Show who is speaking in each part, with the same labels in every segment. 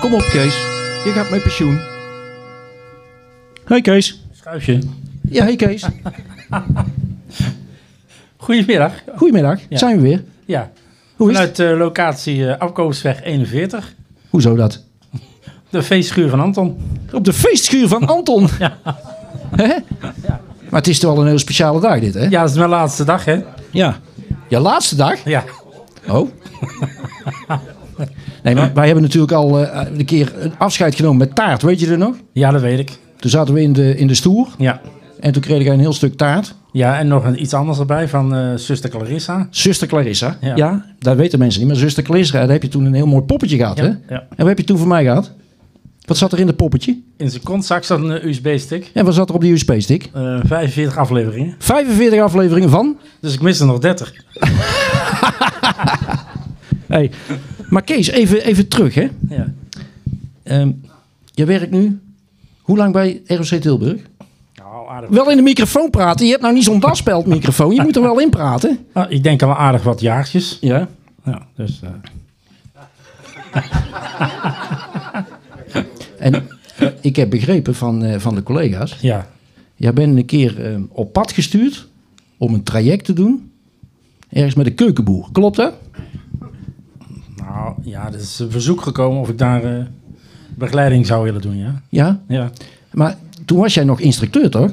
Speaker 1: Kom op, Kees. Je gaat met pensioen.
Speaker 2: Hoi Kees.
Speaker 3: Schuifje.
Speaker 1: Ja, hey Kees.
Speaker 3: Goedemiddag.
Speaker 1: Goedemiddag.
Speaker 3: Ja.
Speaker 1: Zijn we weer?
Speaker 3: Ja,
Speaker 1: Hoe is het?
Speaker 3: vanuit eh, locatie eh Afkoopsweg 41.
Speaker 1: Hoezo dat?
Speaker 3: De feestschuur van Anton.
Speaker 1: Op de feestschuur van Anton. ja. Maar het is toch wel een heel speciale dag dit, hè?
Speaker 3: Ja, dat is mijn laatste dag, hè?
Speaker 1: Ja. Je laatste dag?
Speaker 3: Ja,
Speaker 1: Oh. Nee, maar wij hebben natuurlijk al eh, een keer een afscheid genomen met taart, weet je dat nog?
Speaker 3: ja dat weet ik.
Speaker 1: Toen zaten we in de, in de stoer
Speaker 3: Ja.
Speaker 1: en toen kreeg jij een heel stuk taart.
Speaker 3: ja, en nog een, iets anders erbij van eh, zuster Clarissa.
Speaker 1: Zuster Clarissa, ja.
Speaker 3: Ja.
Speaker 1: dat weten mensen niet, maar zuster Clarissa, daar heb je toen een heel mooi poppetje gehad, hè?
Speaker 3: Ja,
Speaker 1: En
Speaker 3: ja.
Speaker 1: wat heb je toen voor mij gehad? Wat zat er in dat poppetje?
Speaker 3: In zijn kontzak zat een eh, USB-stick.
Speaker 1: En wat zat er op die USB-stick?
Speaker 3: Eh, 45 afleveringen.
Speaker 1: 45 afleveringen van.
Speaker 3: Dus ik mis er nog 30.
Speaker 1: Hey. Maar Kees, even, even terug, hè?
Speaker 3: Ja.
Speaker 1: Ehm, jij werkt nu hoe lang bij ROC Tilburg?
Speaker 3: Nou, aardig.
Speaker 1: Wel in de microfoon praten. Je hebt nou niet zo'n daspeldmicrofoon. Je moet er wel in praten.
Speaker 3: Nou, ik denk al aardig wat jaartjes.
Speaker 1: Ja.
Speaker 3: Ja, dus, eh,
Speaker 1: En eh, ik heb begrepen van, eh, van de collega's.
Speaker 3: ja.
Speaker 1: Jij bent een keer eh, op pad gestuurd om een traject te doen. Ergens met een keukenboer. Klopt dat?
Speaker 3: Nou, ja, er is een verzoek gekomen of ik daar eh, begeleiding zou willen doen, ja.
Speaker 1: Ja.
Speaker 3: Ja.
Speaker 1: Maar toen was jij nog instructeur, toch?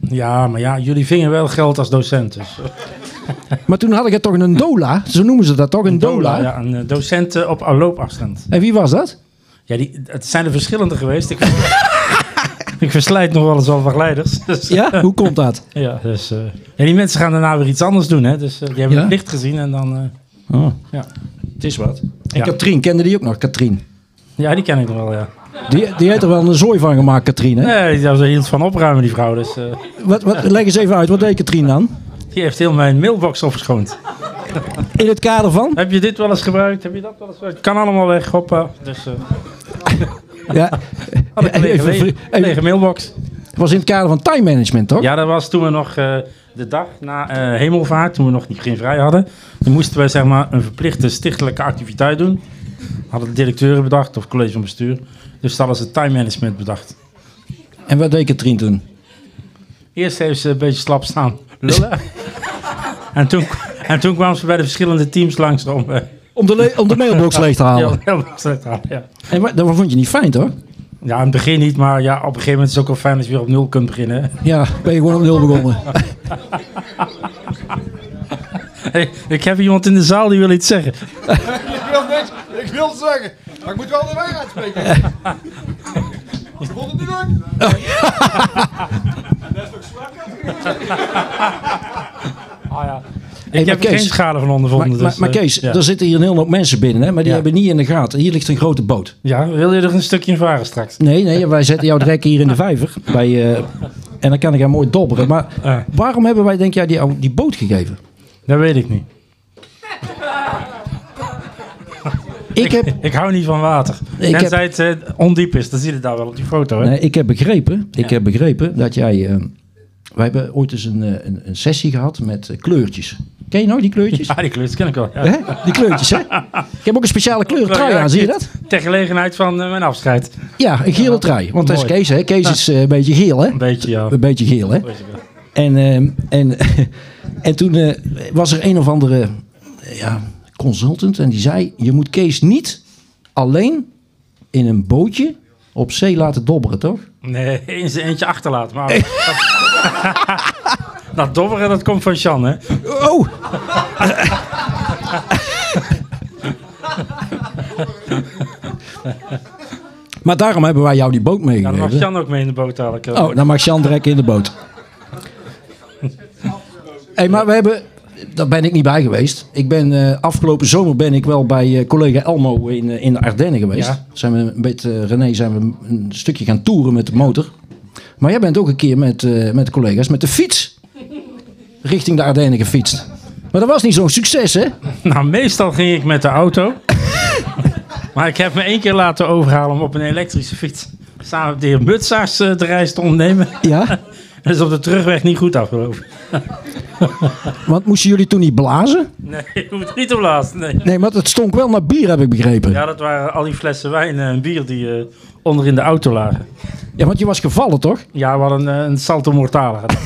Speaker 3: Ja, maar ja, jullie vingen wel geld als docent. Dus.
Speaker 1: Maar toen had ik het toch een dola. Zo noemen ze dat toch? Een dola.
Speaker 3: Ja, een eh, docent eh, op loopafstand.
Speaker 1: En wie was dat?
Speaker 3: Ja, die, het zijn er verschillende geweest. Ik, ik verslijt nog wel eens al begeleiders. Dus,
Speaker 1: Ja? Hoe komt dat?
Speaker 3: ja, dus, eh, ja, die mensen gaan daarna weer iets anders doen. Hè? Dus eh, die hebben
Speaker 1: Ja?
Speaker 3: het licht gezien en dan... eh, ja.
Speaker 1: Het is wat. En
Speaker 3: Ja.
Speaker 1: Oh. Katrien, kende die ook nog, Katrien?
Speaker 3: ja, die ken ik nog wel, ja.
Speaker 1: Die, die heeft er wel een zooi van gemaakt, Katrien, hè?
Speaker 3: Nee, die was er hield van opruimen, die vrouw. Dus, eh,
Speaker 1: Wat, wat, leg eens even uit, wat deed Katrien dan?
Speaker 3: die heeft heel mijn mailbox opgeschoond.
Speaker 1: In het kader van?
Speaker 3: Heb je dit wel eens gebruikt? Heb je dat wel eens gebruikt? Kan allemaal weg, hoppa. Dus, eh
Speaker 1: Ja.
Speaker 3: had ik een lege,
Speaker 1: Even-
Speaker 3: le-
Speaker 1: even-
Speaker 3: lege mailbox.
Speaker 1: Het was in het kader van time management, toch?
Speaker 3: Ja, dat was toen we nog eh, de dag na eh, hemelvaart, toen we nog niet, geen vrij hadden. Toen moesten wij zeg maar een verplichte stichtelijke activiteit doen. Hadden de directeuren bedacht of college van bestuur. Dus hadden ze time management bedacht.
Speaker 1: En wat deed Katrien toen?
Speaker 3: Eerst heeft ze een beetje slap staan lullen. en, toen, en toen kwamen ze bij de verschillende teams langs om... eh,
Speaker 1: Om de, le- om de mailbox leeg te halen.
Speaker 3: heel, heel slecht aan, ja.
Speaker 1: En wa- dat vond je niet fijn, toch?
Speaker 3: ja, in het begin niet, maar ja, op een gegeven moment is het ook wel fijn als je weer op nul kunt beginnen. hè.
Speaker 1: Ja, ben je gewoon opnieuw begonnen.
Speaker 3: Hey, ik heb iemand in de zaal die wil iets zeggen.
Speaker 4: Ik wil niks, ik wil het zeggen, maar ik moet wel de waarheid spreken. Vond het niet leuk?
Speaker 3: Ik
Speaker 1: maar
Speaker 3: heb er
Speaker 1: Kees-
Speaker 3: geen schade van
Speaker 1: Maar,
Speaker 3: ondervonden.
Speaker 1: maar,
Speaker 3: dus,
Speaker 1: maar
Speaker 3: eh,
Speaker 1: Kees,
Speaker 3: ja.
Speaker 1: er zitten hier een hele hoop mensen binnen, hè? Maar die
Speaker 3: Ja.
Speaker 1: hebben niet in de gaten. Hier ligt een grote boot.
Speaker 3: Ja, wil je er een stukje in varen straks?
Speaker 1: Nee, nee, wij zetten jouw drek hier in de vijver. Bij, eh, en dan kan ik haar mooi dobberen. Maar
Speaker 3: Ah.
Speaker 1: waarom hebben wij, denk jij, die, die boot gegeven?
Speaker 3: Dat weet ik niet.
Speaker 1: Ik heb,
Speaker 3: Ik hou niet van water.
Speaker 1: Ik
Speaker 3: Tenzij het eh, ondiep is, dan zie je het daar wel op die foto. Hè?
Speaker 1: nee, ik heb begrepen, ik heb begrepen dat jij... eh, wij hebben ooit eens een, eh, een, een sessie gehad met eh, kleurtjes. Ken je nog die kleurtjes?
Speaker 3: Ah, die klus ken ik wel. Ja.
Speaker 1: Hè? Die kleurtjes, hè? Ik heb ook een speciale kleur trui aan, zie je dat?
Speaker 3: Ter gelegenheid van eh, mijn afscheid.
Speaker 1: Ja, een gele trui. Want dat is
Speaker 3: Mooi.
Speaker 1: Kees, hè? Kees is eh, een beetje geel, hè?
Speaker 3: Een beetje, ja.
Speaker 1: Een beetje geel, hè? En, ehm, en, en toen eh, was er een of andere eh, ja, consultant en die zei: Je moet Kees niet alleen in een bootje op zee laten dobberen, toch?
Speaker 3: Nee, in zijn eentje achterlaten. Maar
Speaker 1: Eh.
Speaker 3: dat, dat dobberen, dat komt van Jan, hè?
Speaker 1: Oh! maar daarom hebben wij jou die boot
Speaker 3: Ja, dan
Speaker 1: meegegeven.
Speaker 3: mag Jan ook mee in de boot dadelijk. eh.
Speaker 1: Oh, dan mag Jan direct in de boot. hey, maar we hebben... Daar ben ik niet bij geweest. Ik ben, eh, afgelopen zomer ben ik wel bij eh, collega Elmo in, eh, in de Ardennen geweest.
Speaker 3: Ja.
Speaker 1: Zijn we met eh, René zijn we een stukje gaan toeren met de motor. Maar jij bent ook een keer met, eh, met collega's met de fiets richting de Ardennen gefietst. Maar dat was niet zo'n succes, hè?
Speaker 3: Nou, meestal ging ik met de auto. maar ik heb me één keer laten overhalen om op een elektrische fiets samen met de heer Mutsaars eh, de reis te ondernemen.
Speaker 1: Ja.
Speaker 3: Dat is op de terugweg niet goed afgelopen.
Speaker 1: Want moesten jullie toen niet blazen?
Speaker 3: Nee, je hoeft het niet te blazen. Nee.
Speaker 1: Nee, want het stonk wel naar bier, heb ik begrepen. Ja,
Speaker 3: Ja, dat waren al die flessen wijn en bier die eh, onder in de auto lagen.
Speaker 1: want je was gevallen, toch?
Speaker 3: Ja, we hadden eh, een salto mortale. gehad.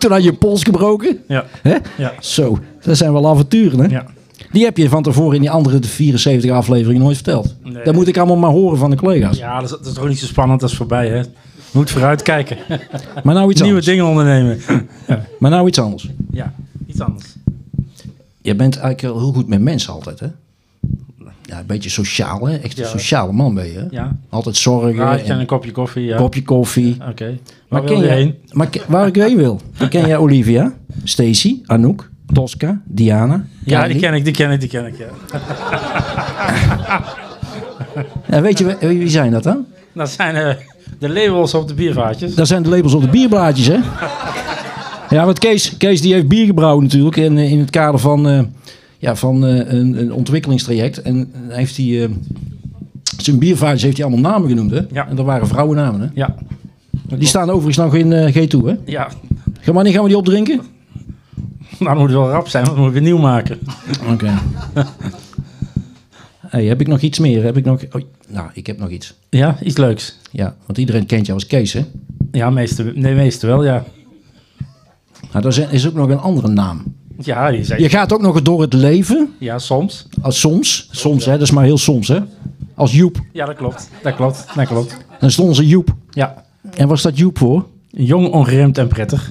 Speaker 1: toen had je je pols gebroken.
Speaker 3: Ja,
Speaker 1: Hè?
Speaker 3: ja,
Speaker 1: Zo, dat zijn wel avonturen, hè?
Speaker 3: ja.
Speaker 1: Die heb je van tevoren in die andere 74 afleveringen nooit verteld.
Speaker 3: Nee.
Speaker 1: Dat moet ik allemaal maar horen van de collega's.
Speaker 3: Ja, dat is, dat is toch niet zo spannend als voorbij, hè? Moet vooruit kijken.
Speaker 1: Maar nou iets
Speaker 3: Nieuwe
Speaker 1: anders.
Speaker 3: dingen ondernemen.
Speaker 1: Maar nou iets anders.
Speaker 3: Ja, iets anders.
Speaker 1: Je bent eigenlijk wel heel goed met mensen altijd, hè? Ja, een beetje sociaal, hè? Echt een
Speaker 3: Ja.
Speaker 1: sociale man ben je, hè?
Speaker 3: Ja,
Speaker 1: Altijd zorgen,
Speaker 3: praatje en
Speaker 1: en
Speaker 3: een kopje koffie. Ja.
Speaker 1: een kopje koffie.
Speaker 3: Oké.
Speaker 1: Maar
Speaker 3: Waar
Speaker 1: ken
Speaker 3: wil je
Speaker 1: jij,
Speaker 3: heen?
Speaker 1: Maar ke- waar ik heen wil. Dan ken jij Olivia, Stacy, Anouk, Tosca, Diana.
Speaker 3: Ja,
Speaker 1: Kylie.
Speaker 3: die ken ik, die ken ik, die ken ik. Ja.
Speaker 1: Ja, weet je wie- wie zijn dat dan?
Speaker 3: Dat zijn eh, de labels op de biervaatjes.
Speaker 1: Dat zijn de labels op de bierblaadjes, hè? Ja, want Kees, Kees die heeft bier gebrouwen natuurlijk. En eh, in het kader van, eh, ja, van eh, een, een ontwikkelingstraject. En eh, heeft hij... eh, zijn biervaartjes heeft hij allemaal namen genoemd, hè?
Speaker 3: Ja.
Speaker 1: En dat waren vrouwennamen, hè?
Speaker 3: Ja,
Speaker 1: Die staan overigens nog in eh, G2, hè?
Speaker 3: ja.
Speaker 1: Gaan we, niet, gaan we die opdrinken?
Speaker 3: Nou, dat moet wel rap zijn, want dan moet ik weer nieuw maken.
Speaker 1: Oké. hey, heb ik nog iets meer? Heb ik nog... oei, nou, ik heb nog iets.
Speaker 3: Ja, iets leuks.
Speaker 1: Ja, want iedereen kent jou als Kees, hè?
Speaker 3: Ja, meestal, nee, meestal wel, ja.
Speaker 1: Nou, daar zijn- is ook nog een andere naam.
Speaker 3: Ja, die zijn,
Speaker 1: Je gaat ook nog eens door het leven...
Speaker 3: ja, soms.
Speaker 1: Als soms, soms hè, dat is maar heel soms hè. Als Joep.
Speaker 3: Ja, dat klopt. Dat klopt, dat klopt.
Speaker 1: Dan stond ze Joep.
Speaker 3: Ja,
Speaker 1: En was dat Joep voor?
Speaker 3: jong, ongeremd en prettig.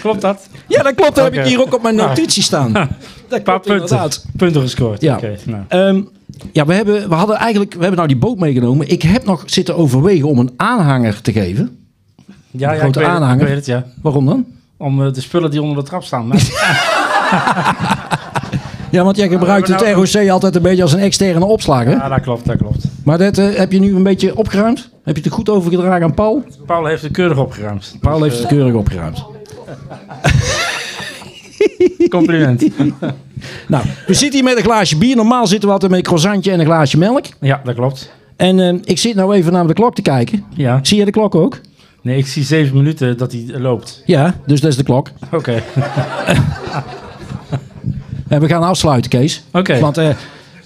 Speaker 3: klopt dat?
Speaker 1: Ja, dat klopt. Dat
Speaker 3: heb ik hier
Speaker 1: ook op mijn notitie staan. Dat
Speaker 3: Een paar punten. Punten gescoord.
Speaker 1: Ja. Ehm,
Speaker 3: Ja. nou.
Speaker 1: ja, we hebben, we hadden eigenlijk, we hebben nou die boot meegenomen. Ik heb nog zitten overwegen om een aanhanger te geven.
Speaker 3: ja, ja ik,
Speaker 1: grote
Speaker 3: weet het, ik
Speaker 1: aanhanger.
Speaker 3: weet het, ja.
Speaker 1: Waarom dan?
Speaker 3: Om eh, de spullen die onder de trap staan. Maar,
Speaker 1: Ja, want jij gebruikt
Speaker 3: we
Speaker 1: het
Speaker 3: hebben nou-
Speaker 1: ROC altijd een beetje als een externe opslag, hè?
Speaker 3: ja, dat klopt, dat klopt.
Speaker 1: Maar dat eh, heb je nu een beetje opgeruimd? Heb je het er goed overgedragen aan Paul?
Speaker 3: Paul heeft het keurig opgeruimd.
Speaker 1: Paul heeft het
Speaker 3: eh,
Speaker 1: keurig opgeruimd.
Speaker 3: Compliment.
Speaker 1: Nou, we zitten hier met een glaasje bier. Normaal zitten we altijd met een croissantje en een glaasje melk.
Speaker 3: ja, dat klopt.
Speaker 1: En eh, ik zit nou even naar de klok te kijken.
Speaker 3: Ja.
Speaker 1: Zie je de klok ook?
Speaker 3: Nee, ik zie zeven minuten dat hij eh, loopt.
Speaker 1: Ja, dus dat is de klok.
Speaker 3: Oké.
Speaker 1: En we gaan afsluiten, Kees.
Speaker 3: Oké.
Speaker 1: Want eh,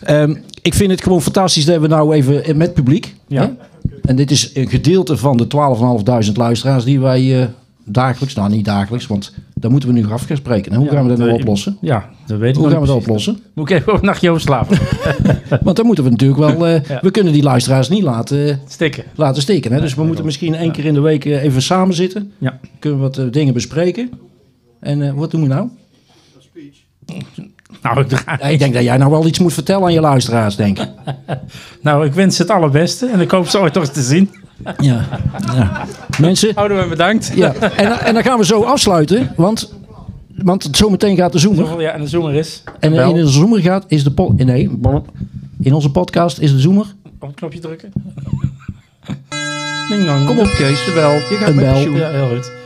Speaker 1: ehm, ik vind het gewoon fantastisch dat we nou even eh, met publiek.
Speaker 3: Ja.
Speaker 1: hè? En dit is een gedeelte van de 12.500 luisteraars die wij eh, dagelijks, nou niet dagelijks, want daar moeten we nu af gaan spreken. hè? Hoe gaan we dat nou oplossen?
Speaker 3: Ja, dat weet ik
Speaker 1: Hoe
Speaker 3: nog
Speaker 1: gaan we dat
Speaker 3: niet precies.
Speaker 1: oplossen?
Speaker 3: Moet ik even een nachtje over slapen.
Speaker 1: Want dan moeten we natuurlijk wel. eh, We kunnen die luisteraars niet laten, eh,
Speaker 3: Stikken.
Speaker 1: laten steken. Hè? Dus we moeten misschien één keer in de week eh, even samen zitten.
Speaker 3: Ja.
Speaker 1: Kunnen we wat eh, dingen bespreken. En eh, wat doen we nou?
Speaker 3: Nou ik, dra-
Speaker 1: Ja, ik denk dat jij nou wel iets moet vertellen aan je luisteraars, denk ik.
Speaker 3: nou, ik wens ze het allerbeste en ik hoop ze ooit toch eens te zien.
Speaker 1: Ja. ja. Mensen,
Speaker 3: Houden we bedankt.
Speaker 1: ja. En, dan- en dan gaan we zo afsluiten, want, want zometeen gaat de Zoomer.
Speaker 3: Ja, en de zomer is.
Speaker 1: En eh,
Speaker 3: Bel.
Speaker 1: in de Zoomer gaat, is de... pod- Nee, in onze podcast is de Zoomer.
Speaker 3: Op het knopje drukken. Ding dong.
Speaker 1: Kom op, Kees.
Speaker 3: De bel.
Speaker 1: Een bel.
Speaker 3: Ja, heel goed.